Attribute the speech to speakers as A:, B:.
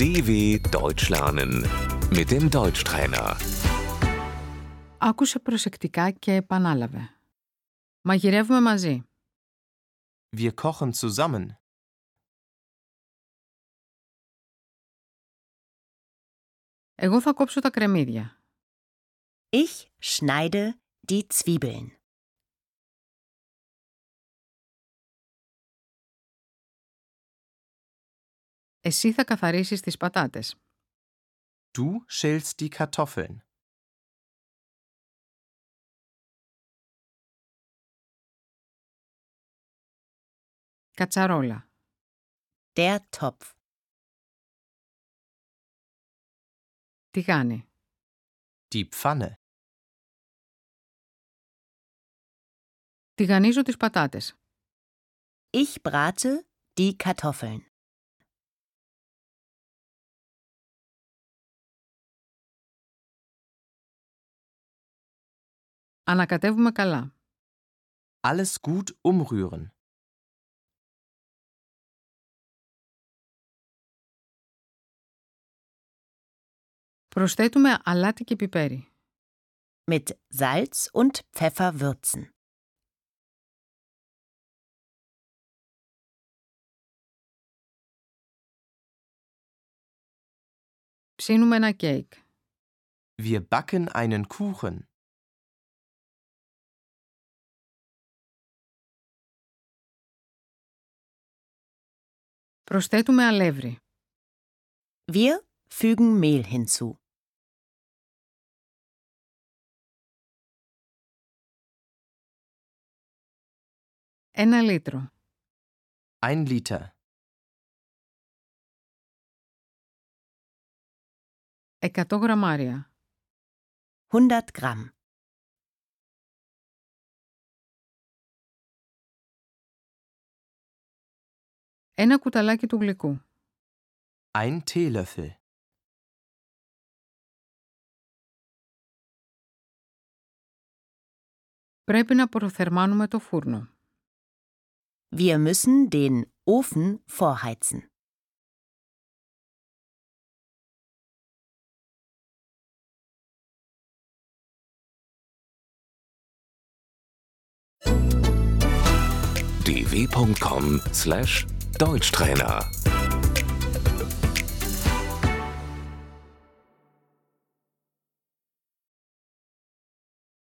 A: DW Deutsch lernen mit dem Deutschtrainer.
B: Άκουσε προσεκτικά και επανάλαβε. Μαγειρεύουμε μαζί.
C: Wir kochen zusammen.
B: Εγώ θα κόψω τα κρεμμύδια.
D: Ich schneide die Zwiebeln.
B: Εσύ θα καθαρίσεις τις πατάτες.
C: Du schälst die Kartoffeln.
B: Κατσαρόλα.
D: Der Topf.
B: Τηγάνι.
C: Die Pfanne.
B: Τηγανίζω τις πατάτες.
D: Ich brate die Kartoffeln.
B: Ανακατεύουμε καλά.
C: Alles gut umrühren.
B: Προσθέτουμε αλάτι και πιπέρι.
D: Mit Salz und Pfeffer würzen.
B: Ψήνουμε ένα κέικ.
C: Wir backen einen Kuchen.
B: Προσθέτουμε αλεύρι.
D: Wir fügen Mehl hinzu.
B: Ένα λίτρο.
C: Ein Liter.
B: 100 γραμμάρια.
D: 100 Gramm.
B: Ένα κουταλάκι του γλυκού.
C: Ein Teelöffel.
B: Πρέπει να προθερμάνουμε το φούρνο.
D: Wir müssen den Ofen vorheizen.
A: dw.com/deutschtrainer